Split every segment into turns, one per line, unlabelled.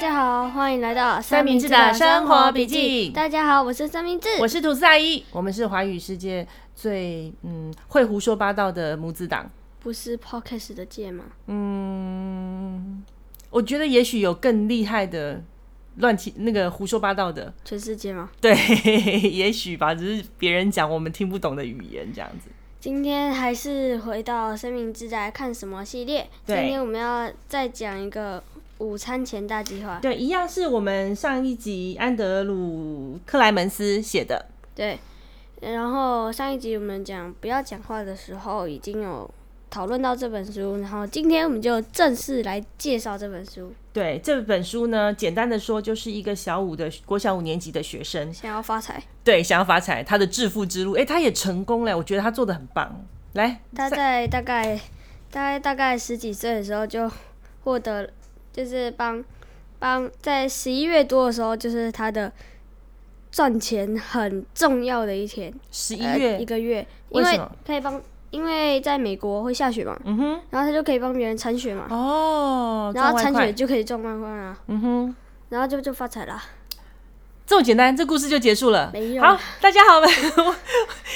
家好，欢迎来到
三明治的生活笔记
大家好，我是三明治。
我是吐司阿姨，我们是华语世界最嗯会胡说八道的母子党。
不是 podcast 的界吗？
嗯，我觉得也许有更厉害的乱七那个胡说八道的，
全世界吗？
对，也许吧，只是别人讲我们听不懂的语言这样子。
今天还是回到三明治来看什么系列？今
对
天我们要再讲一个午餐前大计划。
对，一样是我们上一集安德鲁克莱门斯写的。
对，然后上一集我们讲不要讲话的时候已经有讨论到这本书，然后今天我们就正式来介绍这本书。
对这本书呢，简单的说，就是一个小五的国小五年级的学生，
想要发财，
对，想要发财，他的致富之路，哎、他也成功了，我觉得他做的很棒。来，
他在大概大概大概十几岁的时候就获得，就是帮帮在十一月多的时候，就是他的赚钱很重要的一天，
十一
呃
月、
一个月，因
为什
为
么
可以帮，因为在美国会下雪嘛，
嗯哼，
然后他就可以帮别人铲雪嘛，
哦，
然后
赚
铲
外快
雪，就可以赚万块啊，
嗯哼，
然后就就发财啦。
这么简单，这故事就结束了。
没有
好，大家好，我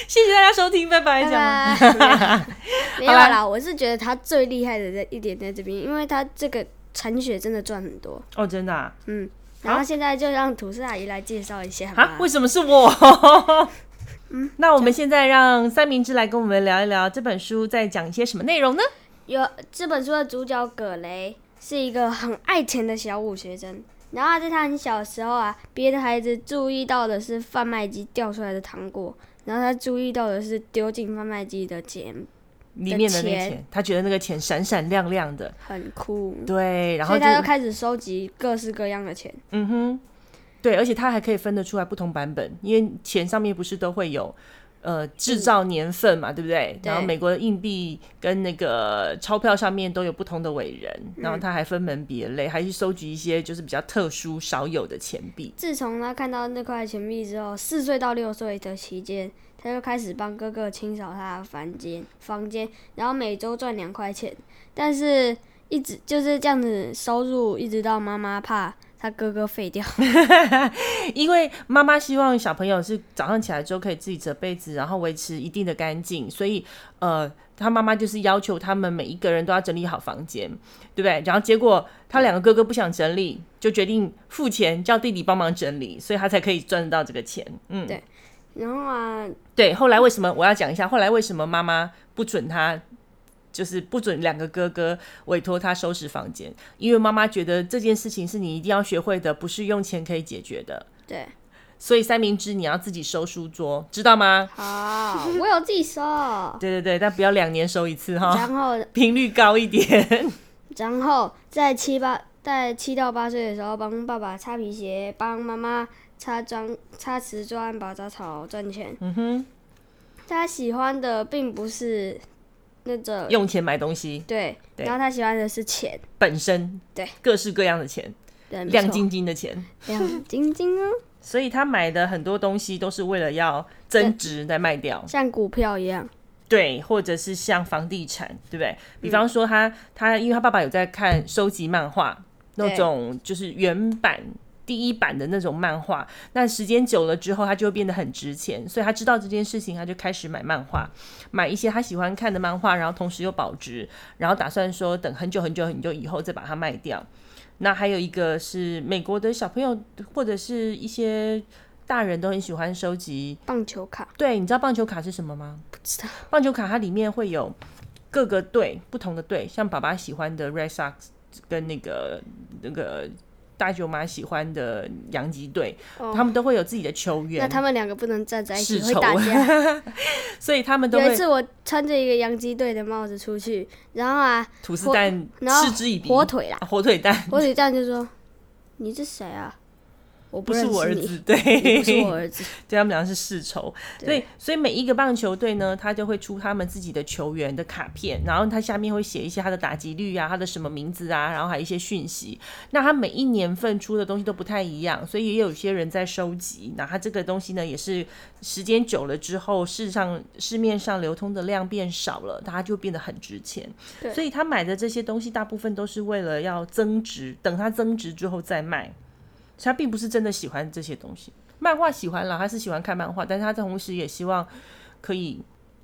谢谢大家收听，拜拜，这样吗？
拜拜 没有
好啦
啦，我是觉得他最厉害的在一点在这边，因为他这个铲雪真的赚很多。
哦，真的啊？
嗯，然后现在就让吐司阿姨来介绍一下
啊
吧。嗯
为什么是我？ 那我们现在让三明治来跟我们聊一聊这本书在讲一些什么内容呢？
有这本书的主角葛雷是一个很爱钱的小五学生，然后在他很小的时候啊，别的孩子注意到的是贩卖机掉出来的糖果，然后他注意到的是丢进贩卖机的钱，
里面的那个
钱
钱，他觉得那个钱闪闪亮亮的，
很酷。
对，然
所
后
以
就
他就开始收集各式各样的钱，
嗯哼，对，而且它还可以分得出来不同版本，因为钱上面不是都会有呃制造年份嘛，对不对？
对
然后美国的硬币跟那个钞票上面都有不同的伟人，然后他还分门别类，还去收集一些就是比较特殊少有的钱币。
自从他看到那块钱币之后，四岁到六岁的期间，他就开始帮哥哥清扫他的房间，房间，然后每周赚两块钱，但是一直就是这样子收入，一直到妈妈怕他哥哥废掉。
因为妈妈希望小朋友是早上起来之后可以自己折被子，然后维持一定的干净，所以呃，他妈妈就是要求他们每一个人都要整理好房间，对不对？然后结果他两个哥哥不想整理，就决定付钱叫弟弟帮忙整理，所以他才可以赚得到这个钱。嗯，
对然后啊，
对。后来为什么我要讲一下？后来为什么妈妈不准他？就是不准两个哥哥委托他收拾房间，因为妈妈觉得这件事情是你一定要学会的，不是用钱可以解决的。
对，
所以三明治你要自己收书桌，知道吗？
好，我有自己收。
对对对，但不要两年收一次哈，
然后，
频率高一点。
然后在七八在七到八岁的时候，帮爸爸擦皮鞋，帮妈妈擦砖、擦瓷砖、拔杂草赚钱。
嗯哼，
他喜欢的并不是那种
用钱买东西
对，
对
然后他喜欢的是钱，
本身，
对，
各式各样的钱，
对，没错
亮晶晶的钱。
亮晶晶哦，
所以他买的很多东西都是为了要增值再卖掉，
像股票一样，
对，或者是像房地产，对不对？比方说他他，因为他爸爸有在看收集漫画那
对
种，就是原版。第一版的那种漫画，那时间久了之后，他就会变得很值钱，所以他知道这件事情，他就开始买漫画，买一些他喜欢看的漫画，然后同时又保值，然后打算说等很久很久很久以后再把它卖掉。那还有一个是美国的小朋友或者是一些大人都很喜欢收集
棒球卡，
对，你知道棒球卡是什么吗？不知道。棒球卡它里面会有各个队不同的队，像爸爸喜欢的 Red Sox 跟那个那个大舅妈喜欢的洋基队，
哦
他们都会有自己的球
那
员，
他们两个不能站在一起
世
会
仇
打架。
所以他们 都
有一
会
次我穿着一个洋基队的帽子出去，然后啊，
吐司蛋
然后
嗤之以鼻，
火腿啦，
啊火腿蛋。
火腿蛋就说：“你是谁啊？”我
不
认
是
识
我儿
你
子，，对，
你不是 我儿子，
对他们俩是世仇，所以所以每一个棒球队呢，他就会出他们自己的球员的卡片，然后他下面会写一些他的打击率啊，他的什么名字啊，然后还有一些讯息。那他每一年份出的东西都不太一样，所以也有些人在收集。那他这个东西呢，也是时间久了之后，市上市面上流通的量变少了，它就变得很值钱。
对
所以他买的这些东西，大部分都是为了要增值，等它增值之后再卖。所以他并不是真的喜欢这些东西。漫画喜欢了，他是喜欢看漫画，但是他同时也希望可以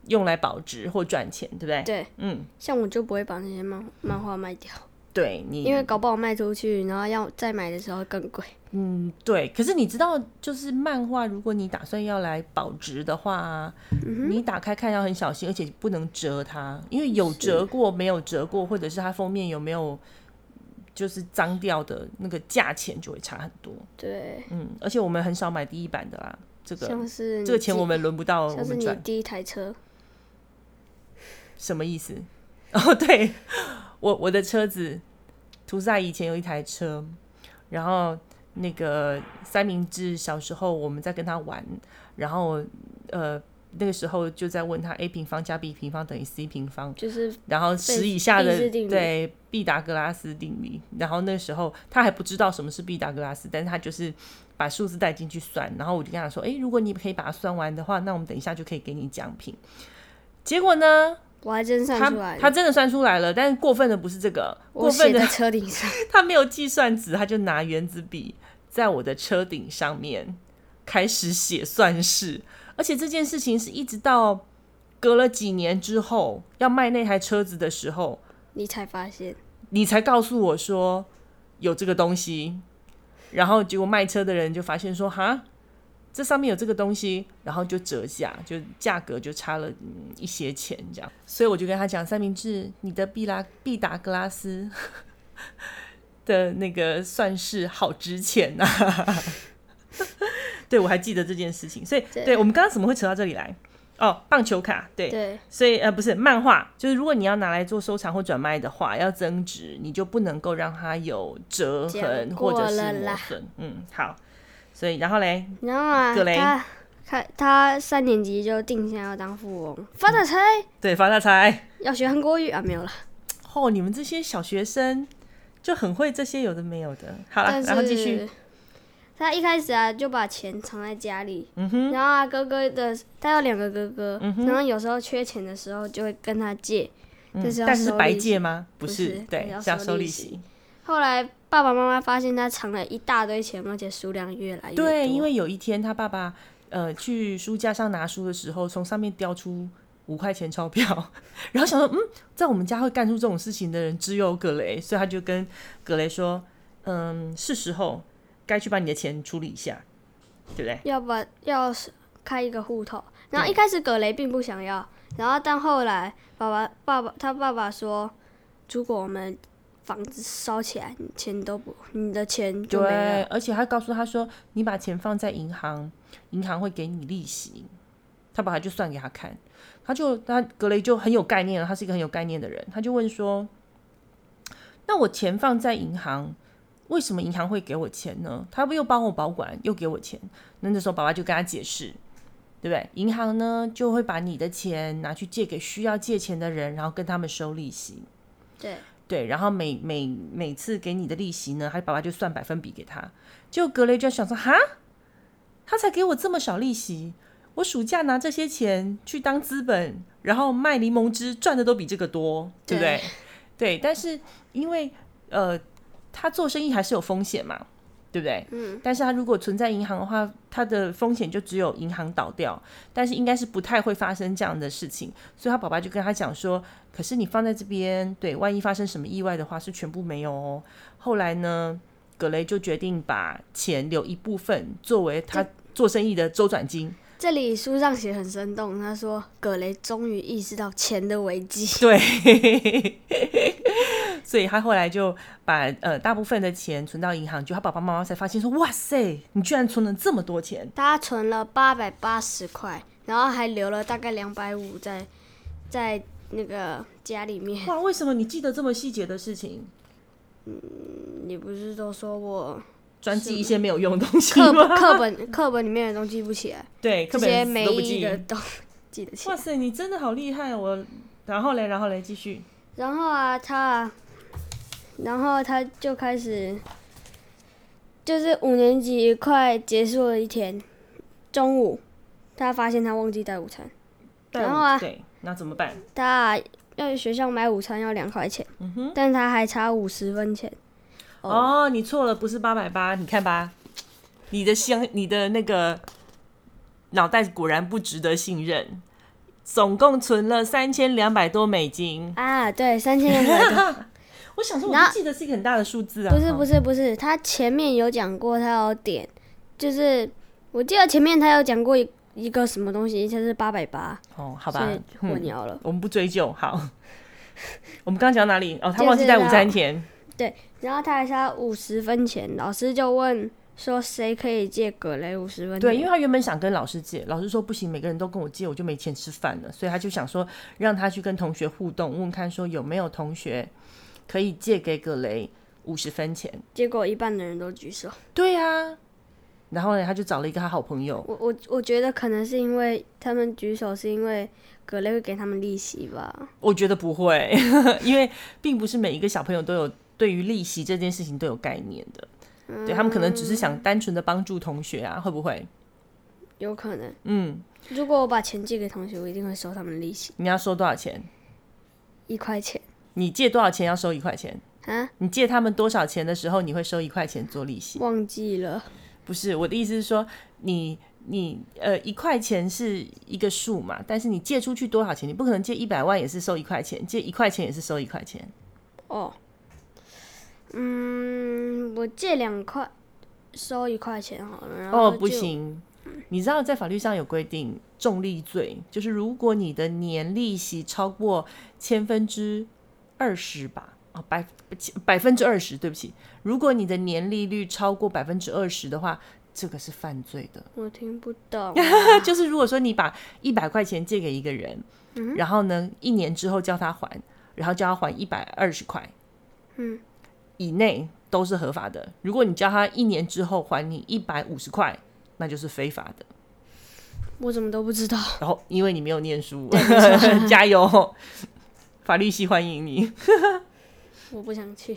用来保值或赚钱，对不对？
对，
嗯，
像我就不会把那些漫漫画卖掉，
对你，
因为搞不好卖出去，然后要再买的时候更贵。
嗯，对。可是你知道，就是漫画，如果你打算要来保值的话啊，
嗯
你打开看要很小心，而且不能折它，因为有折过没有折过，或者是它封面有没有就是脏掉的那个价钱就会差很多。
对，
嗯，而且我们很少买第一版的啦，这个
像是你
这个钱
自
我们轮不到我
像是
们
你
赚。
第一台车，
什么意思？ 哦，对我我的车子，图萨以前有一台车，然后那个三明治小时候我们在跟他玩，然后呃那个时候就在问他 a 平方加 b 平方等于 c 平方，
就是
然后十以下的
毕氏定律
对毕达哥拉斯定理，然后那时候他还不知道什么是毕达哥拉斯，但是他就是把数字带进去算，然后我就跟他说，诶，如果你可以把它算完的话，那我们等一下就可以给你奖品。结果呢？
我还真算
他
出来
他
了，
真的算出来了，但是过分的不是这个，过
我写
分
在
的
车顶上，
他没有计算纸，他就拿原子笔在我的车顶上面开始写算式，而且这件事情是一直到隔了几年之后要卖那台车子的时候，
你才发现，
你才告诉我说有这个东西，然后结果卖车的人就发现说哈。这上面有这个东西，然后就折价，就价格就差了、嗯一些钱这样，所以我就跟他讲，三明治，你的毕拉毕达哥拉斯 的那个算是好值钱呐、啊。 对，我还记得这件事情，所以
对
对我们刚刚怎么会扯到这里来？哦，棒球卡，对，
对
所以呃，不是漫画，就是如果你要拿来做收藏或转卖的话，要增值，你就不能够让它有折痕
讲
或
过
者是
了
磨
啦
损。嗯，好。所以然后嘞，
你知道吗？
葛雷
啊他他他三年级就定下要当富翁，发大财，
对发大财！
要学韩国语啊，没有了。
哦，你们这些小学生就很会这些有的没有的。好了，
但是
然后继续。
他一开始啊就把钱藏在家里，
嗯
然后啊哥哥的他有两个哥哥，然后有时候缺钱的时候就会跟他借，但是要
嗯但是
收
白
利息
借吗？不
不
是
是，
对，
要
是要
收
收
利
利
息
息。
后来爸爸妈妈发现他藏了一大堆钱，而且数量越来越多。
对，因为有一天他爸爸呃去书架上拿书的时候，从上面叼出五块钱钞票， 然后想说，嗯，在我们家会干出这种事情的人只有葛雷，所以他就跟葛雷说，嗯，是时候该去把你的钱处理一下，对不对？
要把要是开一个户头，然后一开始葛雷并不想要，然后但后来爸爸爸爸他爸爸说，如果我们房子烧起来，你钱都不，你的钱就没
对，
了。
而且他告诉他说，你把钱放在银行，银行会给你利息。他把他就算给他看，他就他格雷就很有概念了，他是一个很有概念的人，他就问说，那我钱放在银行，为什么银行会给我钱呢？他又帮我保管，又给我钱。那那时候爸爸就跟他解释。对不对？银行呢就会把你的钱拿去借给需要借钱的人，然后跟他们收利息。
对，
对，然后每每每次给你的利息呢，他爸爸就算百分比给他。结果格雷就想说，哈，他才给我这么少利息，我暑假拿这些钱去当资本，然后卖柠檬汁赚的都比这个多，对不对？对，但是因为呃，他做生意还是有风险嘛，对不对？嗯。但是他如果存在银行的话，他的风险就只有银行倒掉，但是应该是不太会发生这样的事情。所以他爸爸就跟他讲说，可是你放在这边，对，万一发生什么意外的话，是全部没有哦。后来呢，葛雷就决定把钱留一部分作为他做生意的周转金。
这里书上写很生动，他说葛雷终于意识到钱的危机。
对， 所以他后来就把呃大部分的钱存到银行，就他爸爸妈妈才发现说，哇塞，你居然存了这么多钱。
他存了八百八十块，然后还留了大概两百五在在那个家里面。
哇，为什么你记得这么细节的事情？
你不是都说我
专记一些没有用的东西
课
吗？
课本课本里面的东西记不起来，
对，
这
课
些
本死
没
都不
意义
记。
的都记得起
哇
来。
塞，你真的好厉害！我，然后嘞，然后嘞，继续。
然后啊，他啊，然后他就开始，就是五年级快结束的一天，中午，他发现他忘记带午餐，
带
然
我
后啊
对，那怎么办？
他啊、要去学校买午餐要两块钱，但他还差五十分钱，
哦，你错了，不是八百八，你看吧，你的相，你的那个脑袋果然不值得信任。总共存了三千两百多美金，
啊，对，三千两百多。
我想说，我
然后
就记得是一个很大的数字啊。
不是不
是，
是不是，他前面有讲过，他有点，就是我记得前面他有讲过一一个什么东西，他是八百八，
哦，好吧
所以，混
嗯，
淆了。
我们不追究。好， 我们刚刚讲到哪里？哦，他
就是
忘记带午
那
餐钱。
然后他还差五十分钱，老师就问说谁可以借葛雷五十分钱？
对，因为他原本想跟老师借，老师说不行，每个人都跟我借，我就没钱吃饭了，所以他就想说让他去跟同学互动，问看说有没有同学可以借给葛雷五十分钱。
结果一半的人都举手。
对啊，然后呢，他就找了一个他好朋友，
我我我觉得可能是因为他们举手是因为葛雷会给他们利息吧？
我觉得不会， 因为并不是每一个小朋友都有对于利息这件事情都有概念的，对他们可能只是想单纯的帮助同学啊，会不会？
有可能。
嗯，
如果我把钱借给同学，我一定会收他们利息，
你要收多少钱？
一块钱
你借多少钱要收一块钱？
啊，
你借他们多少钱的时候，你会收一块钱做利息？
忘记了。
不是我的意思是说，你你呃一块钱是一个数嘛，但是你借出去多少钱，你不可能借一百万也是收一块钱，借一块钱也是收一块钱。
哦，嗯，我借两块，收一块钱好了。然后
哦，不
就，
行，你知道在法律上有规定重利罪，就是如果你的年利息超过千分之二十吧，哦百百分之二十，对不起，如果你的年利率超过百分之二十的话，这个是犯罪的。。
我听不啊懂
就是如果说你把一百块钱借给一个人，然后呢，一年之后叫他还，然后叫他还一百二十块，
嗯，
以内都是合法的。如果你叫他一年之后还你一百五十块，那就是非法的。
我怎么都不知道。
然后因为你没有念书， 加油，法律系欢迎你。
我不想去。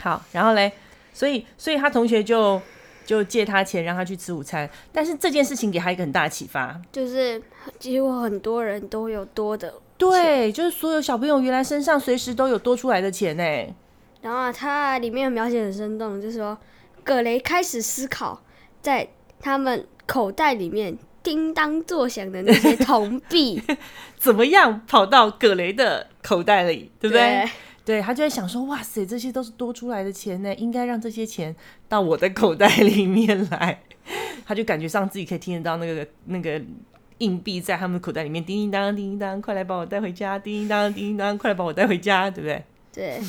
好，然后嘞，所以所以他同学就就借他钱让他去吃午餐，但是这件事情给他一个很大的启发，
就是几乎很多人都有多的，
对，就是所有小朋友原来身上随时都有多出来的钱呢。
然后啊它里面描写很生动，就是说葛雷开始思考，在他们口袋里面叮当作响的那些铜币，
怎么样跑到葛雷的口袋里，
对
对不对？对他就在想说，哇塞，这些都是多出来的钱呢，应该让这些钱到我的口袋里面来。 他就感觉上自己可以听得到那个那个硬币在他们口袋里面叮叮当叮叮当，快来把我带回家，叮叮当叮叮当，快来把我带回家，对不对？
对，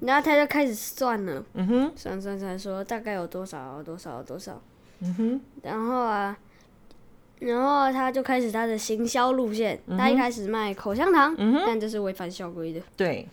然后他就开始算了，嗯哼，算算算，说大概有多少，有多少，有多少，嗯哼，然后啊，然后他就开始他的行销路线，他一开始卖口香糖，但这是违反校规的，
对，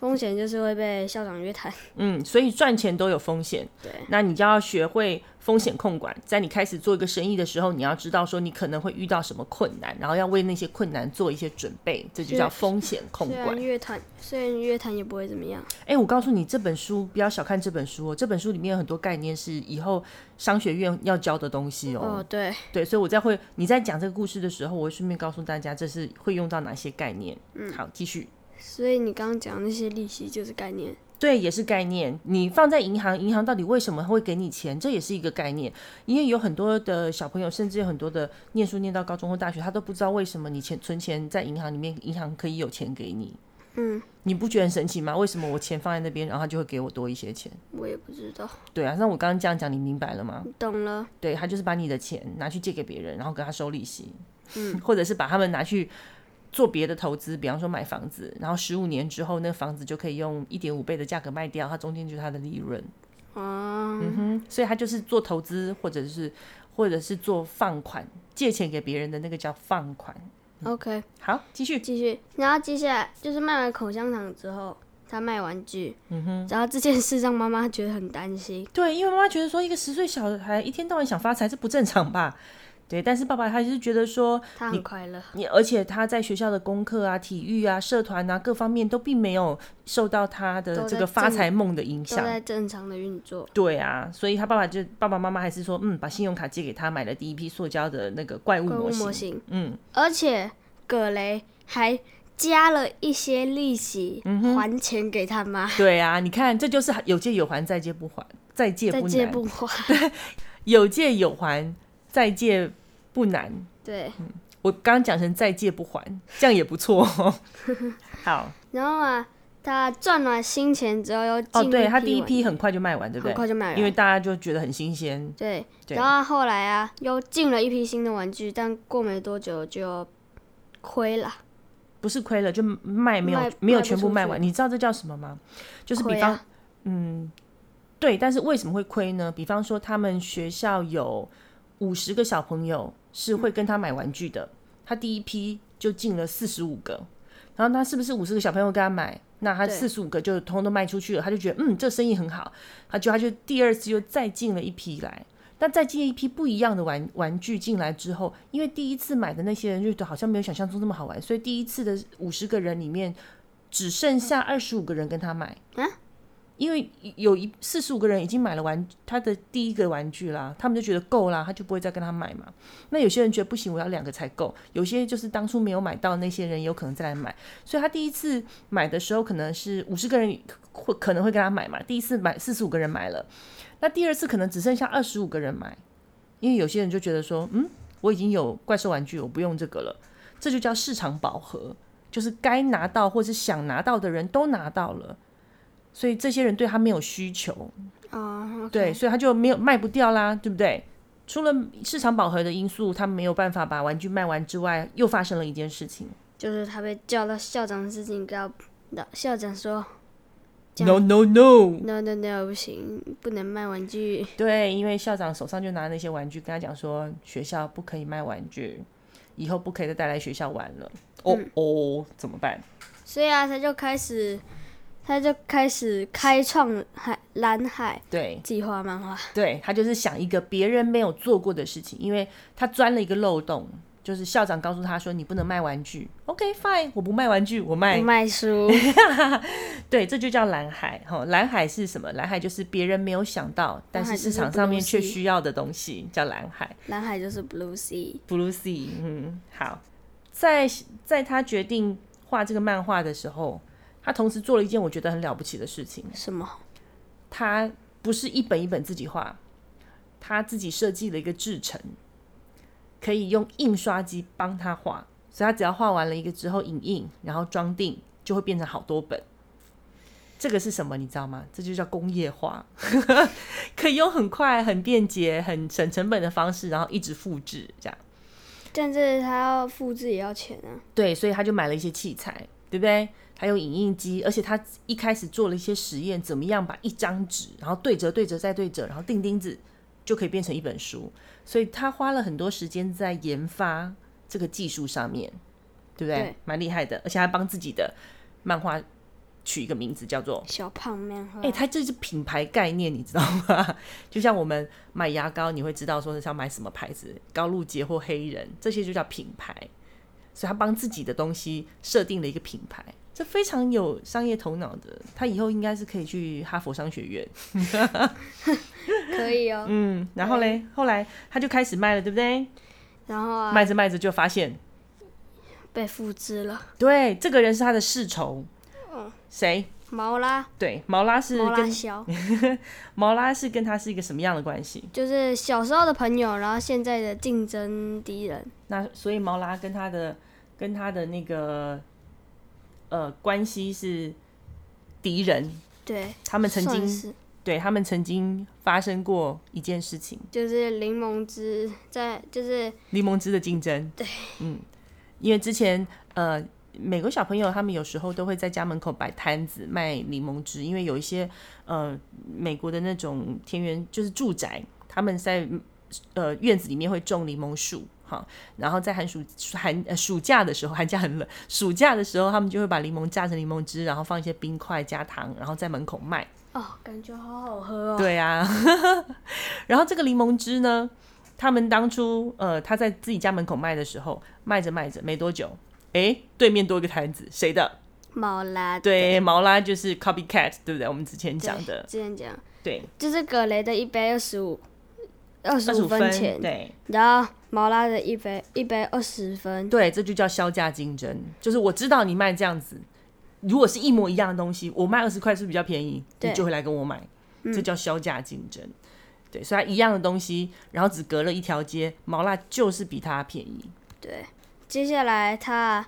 风险就是会被校长约谈，
嗯，所以赚钱都有风险，
对，
那你就要学会风险控管。在你开始做一个生意的时候，你要知道说你可能会遇到什么困难，然后要为那些困难做一些准备，这就叫风险控
虽
管
然。约谈，啊虽然约谈也不会怎么样，
哎、我告诉你，这本书不要小看这本书哦，这本书里面有很多概念是以后商学院要教的东西哦。
哦，对，
对，所以我在会你在讲这个故事的时候，我会顺便告诉大家这是会用到哪些概念。嗯，好，继续。
所以你刚刚讲那些利息就是概念，
对，也是概念。你放在银行，银行到底为什么会给你钱？这也是一个概念。因为有很多的小朋友，甚至有很多的念书念到高中或大学，他都不知道为什么你钱存钱在银行里面，银行可以有钱给你。嗯，你不觉得很神奇吗？为什么我钱放在那边，然后他就会给我多一些钱？
我也不知道，
对啊，那我刚刚这样讲，你明白了吗？
懂了，
对他就是把你的钱拿去借给别人，然后跟他收利息，嗯， 或者是把他们拿去做别的投资，比方说买房子，然后十五年之后，那房子就可以用一点五倍的价格卖掉，它中间就是它的利润，
啊，
嗯，所以他就是做投资，或者是或者是做放款，借钱给别人的那个叫放款。
OK，
好，继续。
继续。然后接下来就是卖完口香糖之后，他卖玩具。嗯哼，然后这件事让妈妈觉得很担心。
对，因为妈妈觉得说一个十岁小孩一天到晚想发财，这不正常吧？对，但是爸爸他就是觉得说
他很快乐，
你，而且他在学校的功课啊、体育啊、社团啊各方面都并没有受到他的
都
这
在
个发
正
财梦的影
都
响。
在正常的运作。
对啊，所以他爸爸就爸爸妈妈还是说，嗯，把信用卡借给他买了第一批塑胶的那个怪物
怪物
模型。
模型，
嗯，
而且葛雷还加了一些利息
嗯
还钱给他妈，
对啊，你看这就是有借有还，再借不还，再借
再
不
借
难，
不还。
有借有还，再借不难。
对，
我刚刚讲成再借不还，这样也不错、 哦。好，
然后啊，他赚完新钱之后又进
哦，
入
对他第一
玩
批很快就卖完，对不
很
对？
快就买
因为
了。
大家就觉得很新鲜，
对，
对
然后后来啊，又进了一批新的玩具，但过没多久就亏了。
不是亏了，就卖没有
卖
没有
卖不
全部
出
卖
去
完。你知道这叫什么吗？就是比
亏
方，
啊
嗯，对，但是为什么会亏呢？比方说他们学校有五十个小朋友是会跟他买玩具的，他第一批就进了四十五个，然后他是不是五十个小朋友跟他买？那他
对
四十五个就通通都卖出去了，他就觉得嗯，这生意很好，他就他就第二次又再进了一批来。那再进一批不一样的玩玩具进来之后，因为第一次买的那些人就觉得好像没有想象中那么好玩，所以第一次的五十个人里面只剩下二十五个人跟他买。
啊
因为有一四十五个人已经买了玩他的第一个玩具啦，他们就觉得够啦，他就不会再跟他买嘛。那有些人觉得不行，我要两个才够。有些就是当初没有买到那些人，有可能再来买。所以他第一次买的时候，可能是五十个人会可能会跟他买嘛。第一次买四十五个人买了，那第二次可能只剩下二十五个人买，因为有些人就觉得说，嗯，我已经有怪兽玩具，我不用这个了。这就叫市场饱和，就是该拿到或是想拿到的人都拿到了。所以这些人对他没有需求，
哦，
对，，所以他就没有卖不掉啦，对不对？除了市场饱和的因素，他们没有办法把玩具卖完之外，又发生了一件事情。
就是他被叫到校长室警告，那校长说这样
No no no！
：“No No No，不行，不能卖玩具。
对，因为校长手上就拿那些玩具，跟他讲说学校不可以卖玩具，以后不可以再带来学校玩了。哦、哦，怎么办？”
所以啊，他就开始，他就开始开创海蓝海
对，
计划漫画。
对他就是想一个别人没有做过的事情，因为他钻了一个漏洞，就是校长告诉他说你不能卖玩具。OK fine，我不卖玩具，我卖
不卖书，
对，这就叫蓝海哈。蓝海是什么？蓝海就是别人没有想到，但是
海就
市
是
场上面
blue
却
sea
需要的东西，叫蓝海
蓝海就是 Blue Sea。
（Blue Sea）。嗯，好，在在他决定画这个漫画的时候，他同时做了一件我觉得很了不起的事情。
什么？
他不是一本一本自己画，他自己设计了一个制成，可以用印刷机帮他画，所以他只要画完了一个之后影印，然后装订，就会变成好多本。这个是什么？你知道吗？这就叫工业化， 可以用很快、很便捷、很省成本的方式，然后一直复制这样。
但是他要复制也要钱啊。
对，所以他就买了一些器材，对不对？还有影印机，而且他一开始做了一些实验，怎么样把一张纸，然后对折、对折再对折，然后钉钉子，就可以变成一本书。所以他花了很多时间在研发这个技术上面，对不对？
对
蛮厉害的，而且还帮自己的漫画取一个名字，叫做
小胖漫画，
哎、它这是品牌概念，你知道吗？ 就像我们买牙膏，你会知道说是要买什么牌子，高露洁或黑人，这些就叫品牌。所以他帮自己的东西设定了一个品牌，这非常有商业头脑的。他以后应该是可以去哈佛商学院。
可以哦。
嗯，然后嘞，后来他就开始卖了，对不对？
然后啊，
卖着卖着就发现，
被复制了。
对，这个人是他的世仇。谁？
毛拉，
对，毛拉是
嗯毛拉
跟
肖，
毛拉是跟他是一个什么样的关系？
就是小时候的朋友，然后现在的竞争敌人。
那所以毛拉跟他的跟他的那个呃关系是敌人，
对，
他们曾
算
经
是
对他们曾经发生过一件事情，
就是柠檬汁在，就是
柠檬汁的竞争。对，嗯，因为之前呃。美国小朋友他们有时候都会在家门口摆摊子卖柠檬汁，因为有一些呃美国的那种田园就是住宅，他们在呃院子里面会种柠檬树，哈、好，然后在寒暑寒呃暑假的时候，寒假很冷，暑假的时候他们就会把柠檬榨成柠檬汁，然后放一些冰块加糖，然后在门口卖。
哦，感觉好好喝哦。
对啊， 然后这个柠檬汁呢，他们当初呃他在自己家门口卖的时候，卖着卖着没多久，诶，对面多一个摊子，谁的？
毛拉
对，毛拉就是 copycat，对不对？我们之前讲的，
之前讲，
对，
就是葛雷的一杯二十五，二
二
十
十
五
五分，
钱，
对
然后毛拉的一杯一杯二十分，
对，这就叫销价竞争，就是我知道你卖这样子，如果是一模一样的东西，我卖二十块是不是比较便宜，你
对
就会来跟我买，这叫销价竞争。对，所以它一样的东西，然后只隔了一条街，毛拉就是比它便宜。
对，接下来他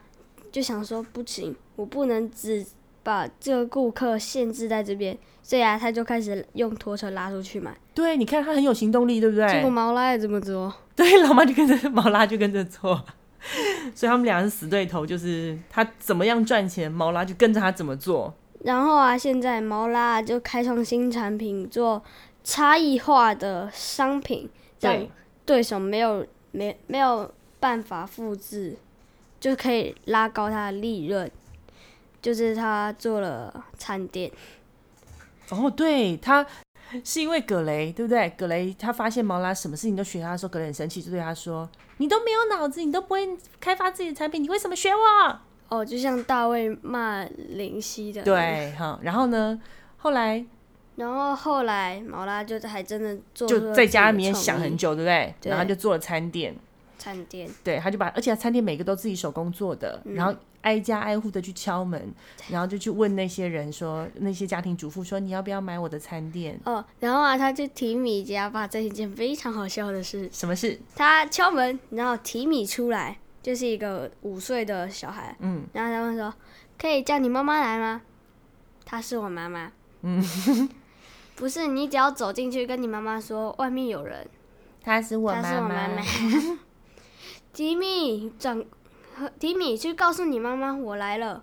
就想说不行，我不能只把这个顾客限制在这边，所以啊，他就开始用拖车拉出去买。
对，你看它很有行动力，对不
结果
对？
毛拉也这么做，
对，老妈就跟着 毛拉就跟着做， 所以他们俩是死对头，就是他怎么样赚钱，毛拉就跟着他怎么做。
然后啊，现在毛拉就开创新产品，做差异化的商品，让
对，
对手没有没没有办法复制，就可以拉高它的利润。就是他做了餐店，
哦，对，他是因为葛雷，对不对？葛雷他发现毛拉什么事情都学他的时候，葛雷很生气，就对他说：“你都没有脑子，你都不会开发自己的产品，你为什么学我
哦，就像大卫骂林夕的？”那个
对，哈，然后呢，后来
然后后来毛拉就还真的做出
就
了
在
自己
家
的
里面
创
想
意
很久，对不对？然后
对
就做了餐店，
餐店，
对，他就把，而且餐店每个都自己手工做的，
嗯
然后挨家挨户的去敲门，然后就去问那些人说，那些家庭主妇说，你要不要买我的餐店？
哦，然后啊，他就提米家发生一件非常好笑的事，
什么事？
他敲门，然后提米出来，就是一个五岁的小孩，
嗯，
然后他们说可以叫你妈妈来吗？她是我妈妈，嗯，不是，你只要走进去跟你妈妈说外面有人，
她是我
她是我 妈妈，提米转，提米去告诉你妈妈我来了，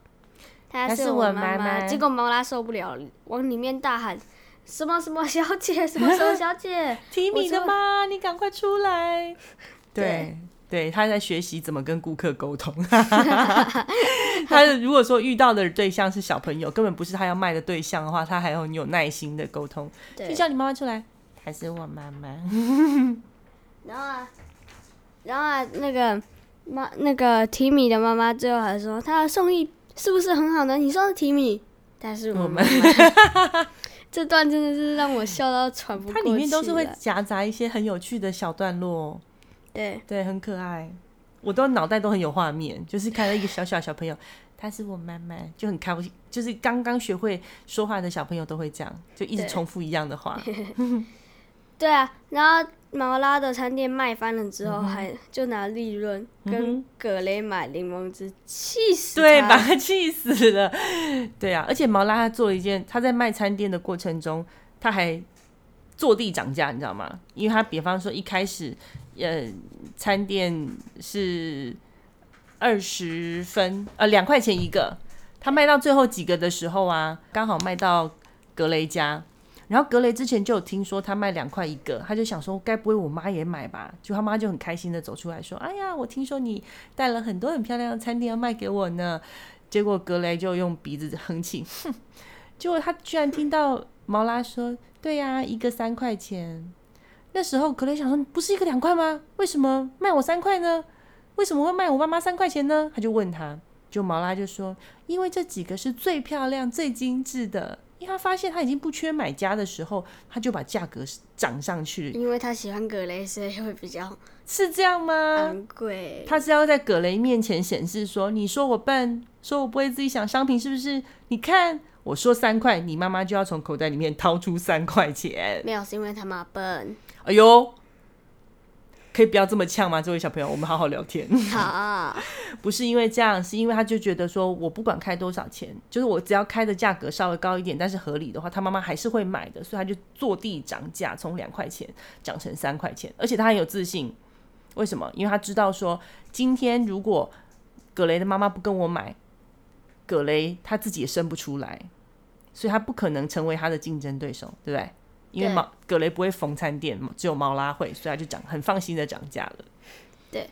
她
她是
是
我
妈
妈妈
结果毛拉受不了，往里面大喊什么什么小姐，什么什么小姐。
提
我
米
知
的
道
妈，你赶快出 来。对
对
对，他在学习怎么跟顾客沟通。 他如果说遇到的对象是小朋友，根本不是他要卖的对象的话，他还要很有耐心的沟通。就
对，
叫你妈妈出来，还是我妈妈？
然后啊，然后啊，那个妈，那个提米的妈妈最后还说，她的送艺是不是很好呢？你说的提米，但是我们这段真的是让我笑到喘不过气
它
来。
里面都是会夹杂一些很有趣的小段落，哦
对
对，很可爱。我都脑袋都很有画面，就是看到一个小小小朋友，他是我妈妈，就很开心。就是刚刚学会说话的小朋友都会这样，就一直
对
重复一样的话。
对啊，然后毛拉的餐店卖翻了之后，
嗯
还就拿利润跟葛雷买柠檬汁，气死
对，
他
把？他气死了。对啊，而且毛拉他做了一件，他在卖餐店的过程中，他还坐地涨价，你知道吗？因为他比方说一开始，呃，餐店是二十分，呃，两块钱一个，他卖到最后几个的时候啊，刚好卖到格雷家。然后格雷之前就有听说他卖两块一个，他就想说该不会我妈也买吧？就他妈就很开心的走出来说：“哎呀，我听说你带了很多很漂亮的餐点要卖给我呢。”结果格雷就用鼻子哼气， 哼，结果他居然听到毛拉说：“对呀、一个三块钱。”那时候格雷想说：“不是一个两块吗？为什么卖我三块呢？为什么会卖我妈妈三块钱呢？”他就问他，就毛拉就说：“因为这几个是最漂亮、最精致的。”因为他发现他已经不缺买家的时候，他就把价格涨上去，
因为他喜欢葛雷，所以会比较
是这样吗？
昂贵。
他是要在葛雷面前显示说：“你说我笨，说我不会自己想商品，是不是？你看，我说三块，你妈妈就要从口袋里面掏出三块钱。
没有，是因为他妈笨。
哎呦，可以不要这么呛吗？这位小朋友，我们好好聊 天。
好，
不是因为这样，是因为他就觉得说，我不管开多少钱，就是我只要开的价格稍微高一点，但是合理的话，他妈妈还是会买的，所以他就坐地涨价，从两块钱涨成三块钱，而且他很有自信。为什么？因为他知道说，今天如果葛雷的妈妈不跟我买，葛雷他自己也生不出来，所以他不可能成为他的竞争对手，对不对？因为
对
毛葛雷不会逢餐店，只有毛拉会，所以他就涨很放心的涨价了。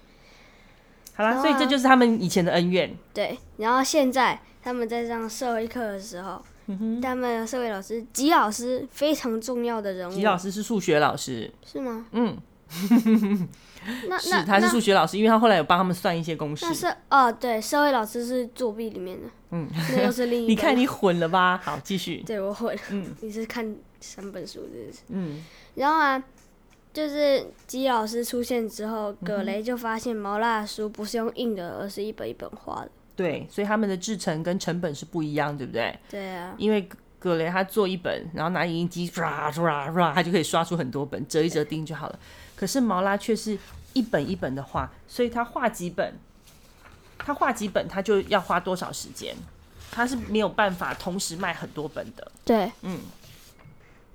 好啦，
然后
所以这就是他们以前的恩怨。
对，然后现在他们在上社会课的时候，
嗯
他们的社会老师吉老师非常重要的人物，
吉老师是数学老师，
是吗？
嗯，
那
是
那
他是
那
数学老师，因为他后来有帮他们算一些公式
那。是哦，对，社会老师是作弊里面的，嗯，那又是另一个。
你看你混了吧？好，继续。
对我混了，
嗯
你是看三本书真的是，嗯，然后啊，就是吉老师出现之后，
嗯
葛雷就发现毛蜡书不是用印的，而是一本一本画的，
对，所以他们的制成跟成本是不一样，对不对？
对啊，
因为葛雷他做一本，然后拿影印机刷刷刷，他就可以刷出很多本，折一折钉就好了。可是毛拉却是一本一本的画，所以他画几本，他画几本，他就要花多少时间，他是没有办法同时卖很多本的。
对，
嗯，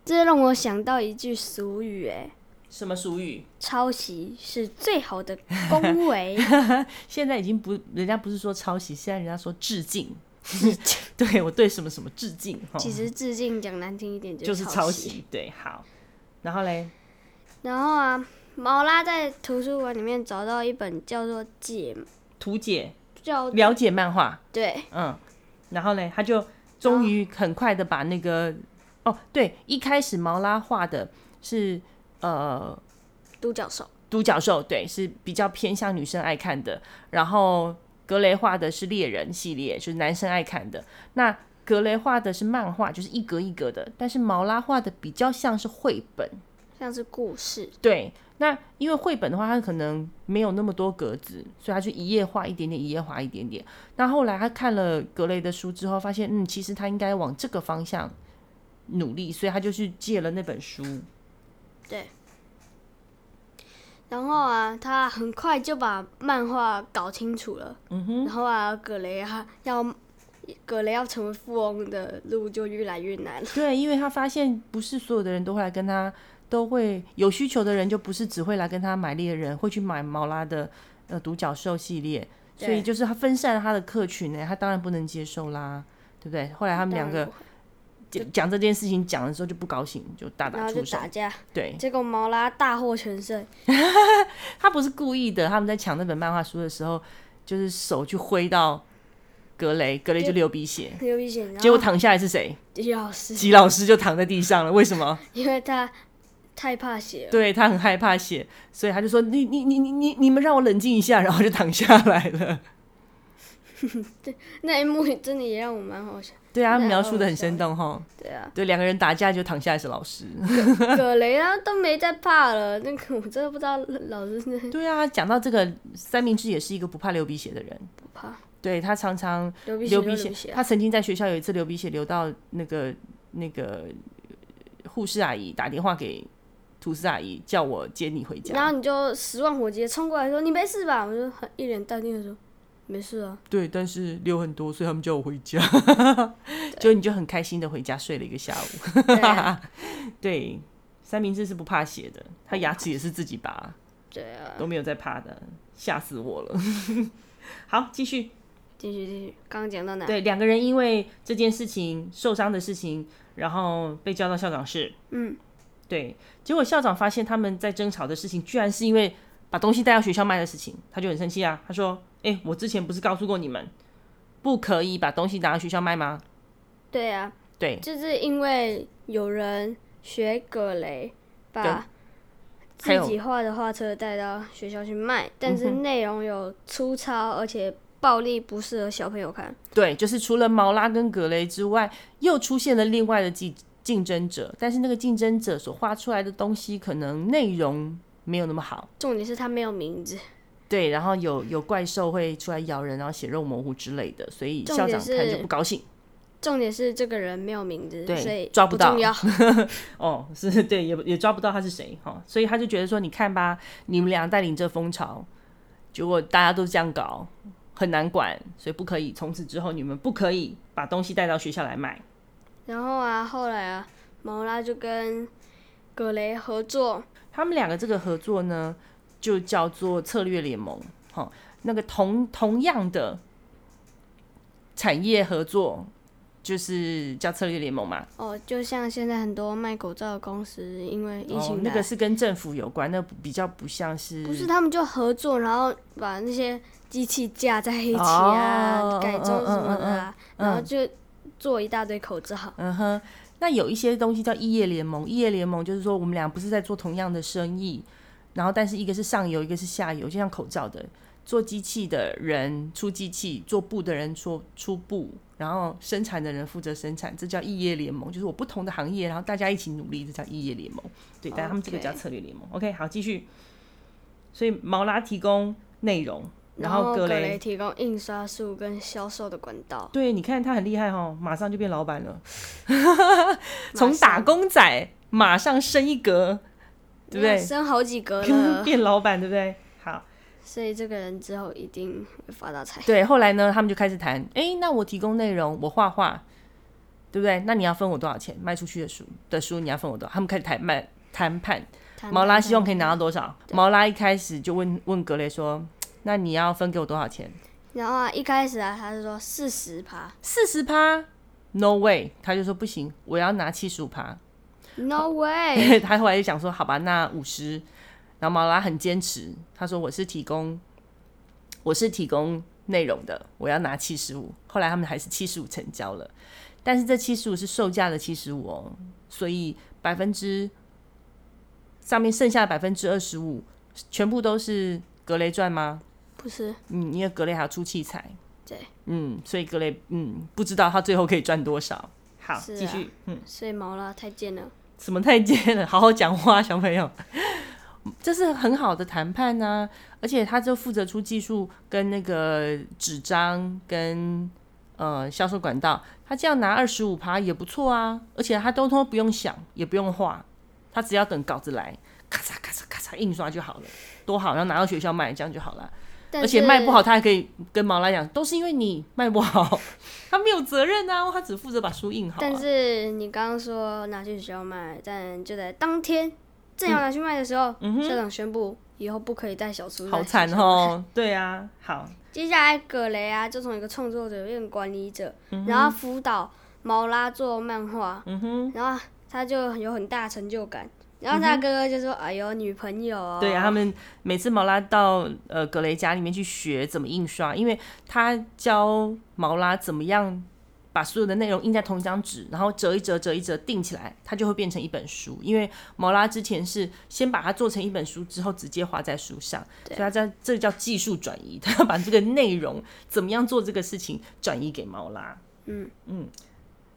这让我想到一句俗语、哎。
什么俗语？
抄袭是最好的 恭维，
现在已经不，人家不是说抄袭，现在人家说致敬。 对我对什么什么致敬，哈
其实致敬讲难听一点
就是是
抄
抄。袭。对，好，然后嘞，
然后啊，毛拉在图书馆里面找到一本叫做《解》
图解
叫
了解漫画，
对
嗯，然后呢，他就终于很快的把那个哦对，一开始毛拉画的是呃
独角兽，
独角兽，对，是比较偏向女生爱看的，然后格雷画的是猎人系列，就是男生爱看的。那格雷画的是漫画，就是一格一格的，但是毛拉画的比较像是绘本，
像是故事，
对，那因为绘本的话，它可能没有那么多格子，所以他就一页画一点点，一页画一点点。那后来他看了格雷的书之后，发现嗯，其实他应该往这个方向努力，所以他就去借了那本书。
然后啊，他很快就把漫画搞清楚了。嗯哼。然后啊，葛雷啊要葛雷要成为富翁的路就越来越难了。
对，因为他发现不是所有的人都会来跟他，都会有需求的人，就不是只会来跟他买猎人，会去买毛拉的呃独角兽系列，所以
对
就是他分散了他的客群呢，他当然不能接受啦，对不对？后来他们两个。讲讲这件事情讲的时候就不高兴，就大
然
打
后
出哎
就
手。
打架，
对
结果毛拉大获全胜。
他不是故意的，他们在抢那本漫画书的时候，就是手去挥到格雷，格雷就
就
流鼻血，
很有危险，然
结果
后
躺下来 是谁？
吉老师，
吉老师就躺在地上了。为 什么？
因为他太怕血了，
对他很害怕血，所以他就说：“你你你你你你们让我冷静一下。”然后就躺下来了。
那一幕真的也让我蛮好笑。
对啊，
那
描述的很生动哈。
对啊，
对，两个人打架就躺下来是老师。
葛雷啊都没在怕了，那个我真的不知道老师真的
对啊，讲到这个，三明治也是一个不怕流鼻血的人。
不怕
对他常常
流鼻血
流
就
鼻
流
血
鼻血，啊，
他曾经在学校有一次流鼻血，流到那个那个呃护士阿姨打电话给吐司阿姨，叫我接你回
然
家。
后你就十万火急冲过来说你没事吧？我就很一脸淡定的说没事啊，
对，但是流很多，所以他们叫我回家。 就你就很开心的回家睡了一个下午。
对啊
对，三明治是不怕血的，他牙齿也是自己拔，
对啊，
都没有在怕的，吓死我了。 好，继续。
继续继续，刚刚讲到哪？
对，两个人因为这件事情受伤的事情，然后被叫到校长室。
嗯，
对。结果校长发现他们在争吵的事情，居然是因为把东西带到学校卖的事情，他就很生气啊。他说：“哎、我之前不是告诉过你们，不可以把东西拿到学校卖吗
对啊，？”
对，
就是因为有人学葛雷把
还有嗯
自己画的画册带到学校去卖，但是内容有粗糙，而且暴力不适合小朋友看。
对，就是除了毛拉跟格雷之外，又出现了另外的竞竞争者，但是那个竞争者所画出来的东西，可能内容没有那么好。
重点是它没有名字，
对，然后有有怪兽会出来咬人，然后血肉模糊之类的，所以
重
校
点
长看
是
就不高兴。
重点是这个人没有名字，
对
所以
抓不
不
到
重要。
哦，是对，也也抓不到他是谁哈、哦，所以他就觉得说，你看吧，你们俩带领这风潮，结果大家都这样搞，很难管，所以不可以。从此之后，你们不可以把东西带到学校来卖。
然后啊，后来啊，毛拉就跟葛雷合作，
他们两个这个合作呢，就叫做策略联盟。好、那个同同样的产业合作，就是叫策略联盟嘛。
哦，就像现在很多卖口罩的公司，因为疫
哦
情，
那
来
个是跟政府有关，那比较不像是
不是他们就合作，然后把那些机器架在一起啊，
哦
改装什么的、啊，
嗯嗯嗯嗯
然后就做一大堆口罩。
嗯哼，那有一些东西叫异业联盟，异业联盟就是说我们俩不是在做同样的生意，然后但是一个是上游，一个是下游，就像口罩的，做机器的人出机器，做布的人做出布，然后生产的人负责生产，这叫异业联盟，就是我不同的行业，然后大家一起努力，这叫异业联盟。对，但他们这个
OK
叫策略联盟。OK，好，继续。所以毛拉提供内容，然后格
哦格
雷
雷提供印刷术跟销售的管道，
对，你看他很厉害哦，马上就变老板 了，
马
从打
上
工仔马上升一格，对不
要
对？
升好几格了，
变老板，对不对？好，
所以这个人之后一定会发大财。
对，后来呢，他们就开始谈，诶，那我提供内容，我画画，对不对？那你要分我多少钱？卖出去的书的书你要分我多少？他们开始谈判谈判，嗯
谈
毛拉
谈
希望可以
谈
拿到多少？毛拉一开始就问问格雷说，那你要分给我多少钱？
然后啊，一开始啊，他是说四十趴
四十趴？No way！他就说不行，我要拿七十五趴。
，No way，
他后来就想说，好吧，那五十。然后毛拉很坚持，他说我是提供， 我是提供内容的，我要拿七十五。后来他们还是七十五成交了，但是这七十五是售价的七十五哦，所以百分之上面剩下的百分之二十五，全部都是格雷赚吗？
不是
嗯，因为格雷还要出器材，
对，
嗯，所以格雷嗯不知道他最后可以赚多少。好，
是
继
啊
续，嗯。
所以毛拉太贱了。
什么太监了，好好讲话，小朋友。 这是很好的谈判呐、而且他就负责出技术跟那个纸张跟呃销售管道，他这样拿二十五趴也不错啊，而且他都都不用想，也不用画，他只要等稿子来，咔嚓咔嚓咔嚓印刷就好了，多好，然后拿到学校卖，这样就好了。
但
而且卖不
是
好，他还可以跟毛拉讲，都是因为你卖不好， 他没有责任啊，他只负责把书印好、啊。
但是你刚刚说拿去学校卖，但就在当天正要拿去卖的时候，校长宣布以后不可以带小猪。
嗯好惨！哦，对啊，好，
接下来葛雷啊，就从一个创作者变成管理者，
嗯
然后辅导毛拉做漫画，然后他就有很大成就感。然后他哥哥就说：“哎呦，女朋友、哦。”
嗯对啊，他们每次毛拉到呃格雷家里面去学怎么印刷，因为他教毛拉怎么样把所有的内容印在同一张纸，然后折一折、折一折定起来，它就会变成一本书。因为毛拉之前是先把它做成一本书，之后直接画在书上，所以他在这叫技术转移， 他要把这个内容怎么样做这个事情转移给毛拉。
嗯
嗯。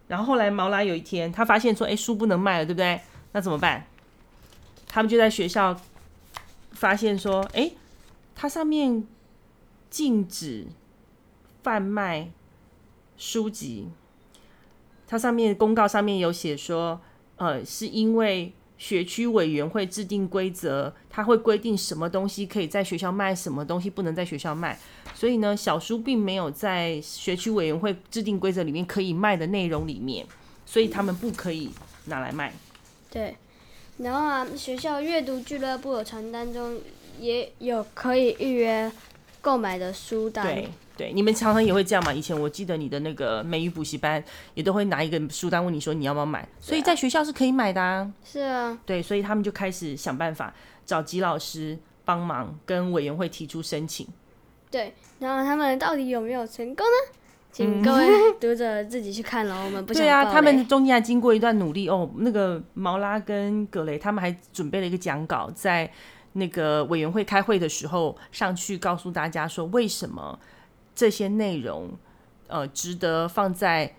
然后后来毛拉有一天，他发现说，哎，书不能卖了，对不对？那怎么办？他们就在学校发现说，哎、它上面禁止贩卖书籍，它上面公告上面有写说，呃，是因为学区委员会制定规则，它会规定什么东西可以在学校卖，什么东西不能在学校卖，所以呢，小书并没有在学区委员会制定规则里面可以卖的内容里面，所以他们不可以拿来卖。
对，然后啊，学校阅读俱乐部的传单中也有可以预约购买的书单。
对对，你们常常也会这样嘛？以前我记得你的那个美语补习班也都会拿一个书单问你说你要不要买，所以在学校是可以买的啊。
是啊，
对，所以他们就开始想办法找吉老师帮忙，跟委员会提出申请。
对。然后他们到底有没有成功呢？请各 位读者自己去看喽，我们不想
嗯对啊，
爆
他
雷
们中间还经过一段努力哦。那个毛拉跟葛雷他们还准备了一个讲稿，在那个委员会开会的时候上去告诉大家说，为什么这些内容呃值得放在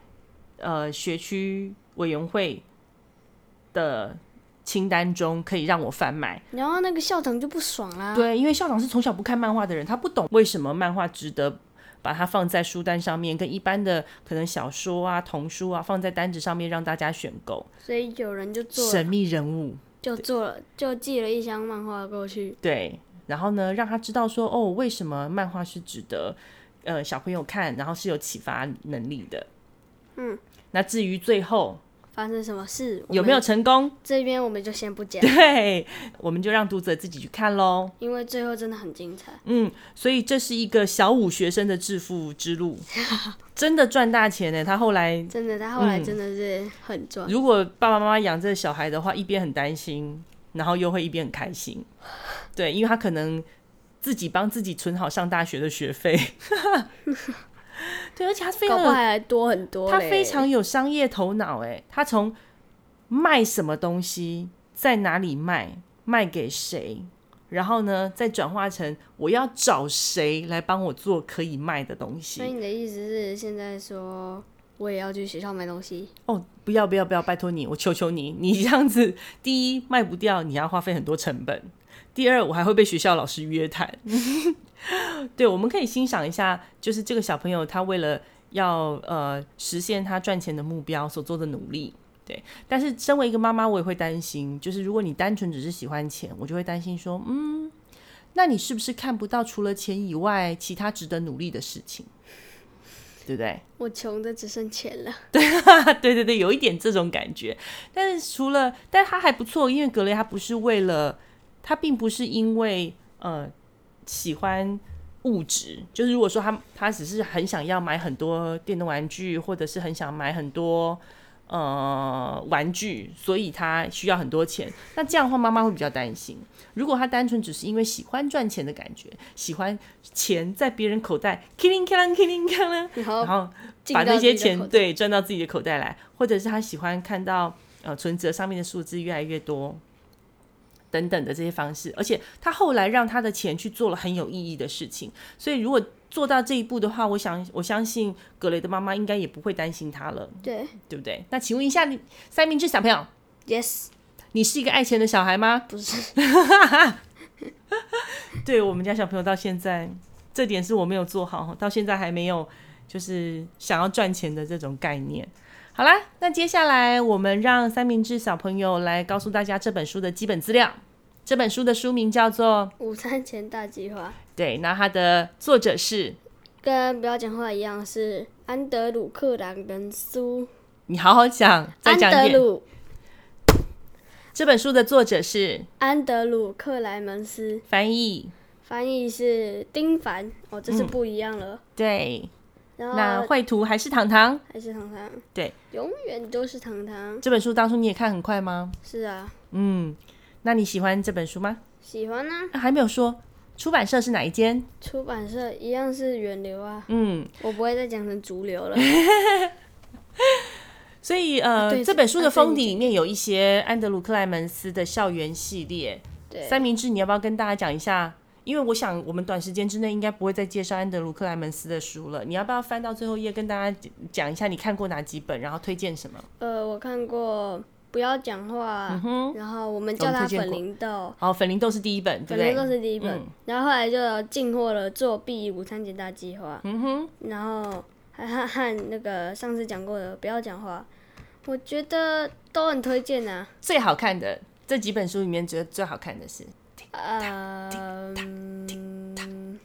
呃学区委员会的清单中，可以让我贩卖。
然后那个校长就不爽啦。
对，啊因为校长是从小不看漫画的人，他不懂为什么漫画值得把它放在书单上面，跟一般的可能小说啊、童书啊放在单子上面让大家选购。
所以有人就做了
神秘人物，
就做了，就寄了一箱漫画过去。
对，然后呢，让他知道说哦，为什么漫画是值得呃小朋友看，然后是有启发能力的。嗯，那至于最后
发生什么事，我
有没有
们
成功？，
这边我们就先不讲
对，我们就让读者自己去看喽。
因为最后真的很精彩。
嗯，所以这是一个小五学生的致富 之路，真的赚大钱欸呢。他后来
真的，他后
嗯
来真的是很赚，
如果爸爸妈妈养这个小孩的话，一边很担心，然后又会一边很开心，对，因为他可能自己帮自己存好上大学的 学费，对，而且他非
搞
常
不好
有
还多很多
他
嘞
非常有商业头脑，哎，他从卖什么东西，在哪里卖，卖给谁，然后呢，再转化成我要找谁来帮我做可以卖的东
所以
西。
你的意思是，现在说我也要去学校买东西？
哦，不要不要不要，拜托你，我求求你，你这样子，第一卖不掉，你要花费很多成本；第二，我还会被学校老师约谈。 对，我们可以欣赏一下，就是这个小朋友他为了要呃实现他赚钱的目标所做的努力。对，但是身为一个妈妈，我也会担心，就是如果你单纯只是喜欢钱，我就会担心说，嗯，那你是不是看不到除了钱以外其他值得努力的事情？对不对？
我穷的只剩钱了，
对对对，有一点这种感觉。但是除了，但他还不错，因为格雷他不是为了，他并不是因为呃喜欢物质，就是如果说他他只是很想要买很多电动玩具，或者是很想买很多呃玩具，所以他需要很多钱。那这样的话，妈妈会比较担心。如果他单纯只是因为喜欢赚钱的感觉，喜欢钱在别人口袋 killing killing killing killing，
然
然
后
后
进
啊把
到自
那些
己的口
钱
袋
对赚到自己的口袋来，或者是他喜欢看到呃存折上面的数字越来越多，等等的这些方式。而且他后来让他的钱去做了很有意义的事情，所以如果做到这一步的话，我想我相信格雷的妈妈应该也不会担心他了，
对
对不对？那请问一下你三明治小朋友，
，yes，
你是一个爱钱的小孩吗？
不是，
对我们家小朋友到现在，这点是我没有做好，到现在还没有就是想要赚钱的这种概念。好啦，那接下来我们让三明治小朋友来告诉大家这本书的基本资料。这本书的书名叫做
午餐前大计划
对，那它的作者是
跟不要讲话一样是安德鲁克朗跟苏
你好好讲，再
安
讲
德
一遍。
鲁
这本书的作者是
安德鲁克莱门斯，
翻译，
翻译是丁凡，哦，这是不一样了。
对，
然
嗯那
后
绘图还是糖糖。
还是糖糖，
对，
永远都是糖糖。
这本书当初你也看很快吗？
是啊，
嗯，那你喜欢这本书吗？
喜欢啊。
啊还没有说，出版社是哪一间？
出版社一样是源流啊，
嗯，
我不会再讲成主 流了。
所以呃，
啊对
这本书的封
啊对
底
你
里面有一些安德鲁克莱门斯的校园系列
对，
三明治，你要不要跟大家讲一下？因为我想我们短时间之内应该不会再介绍安德鲁克莱门斯的书了，你要不要翻到最后一页跟大家讲讲一下你看过哪几本，然后推荐什么？
呃，我看过《不要讲话》然后我们
我
叫
们
它
嗯推荐
粉
过
灵豆，
好，粉灵豆是第一本，对嗯
粉
不
灵豆
对？
是第一本，然后后来就进货了《作弊午餐简大计划》，嗯哼，然后还和和那个上次讲过的《不要讲话》，我觉得都很推荐啊 呐、
最好看的这几本书里面，觉得最好看的是《
啊。呃，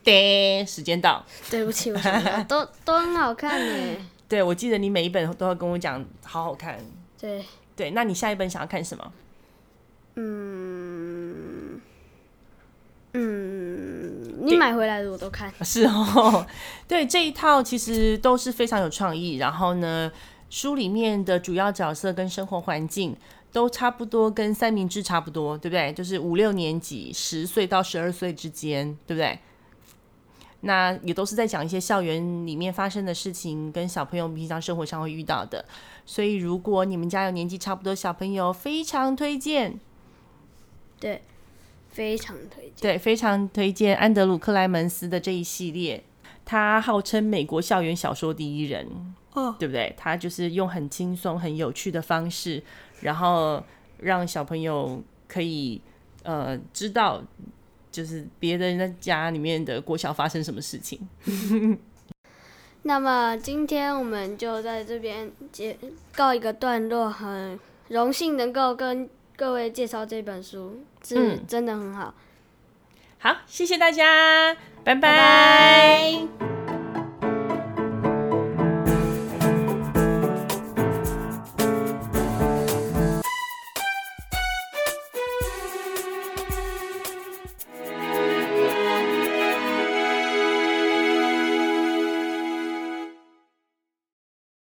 对，时间到》。
对不起，我想不到，都都很好看呢。
对，我记得你每一本都要跟我讲好好看。
对，
对，那你下一本想要看什么？
嗯嗯，你买回来的我都看。
是哦，对这一套其实都是非常有创意。然后呢，书里面的主要角色跟生活环境都差不多，跟三明治差不多，对不对？就是五六年级，十岁到十二岁之间，对不对？那也都是在讲一些校园里面发生的事情，跟小朋友平常生活上会遇到的。所以，如果你们家有年纪差不多小朋友，非常推荐，
对，非常推荐。
对，非常推荐安德鲁克莱门斯的这一系列。他号称美国校园小说第一人，
哦，
对不对？他就是用很轻松、很有趣的方式，然后让小朋友可以呃知道，就是别人的家里面的国小发生什么事情。
那么今天我们就在这边结告一个段落，很荣幸能够跟各位介绍这本书，是
嗯
真的很好。
好，谢谢大家，拜拜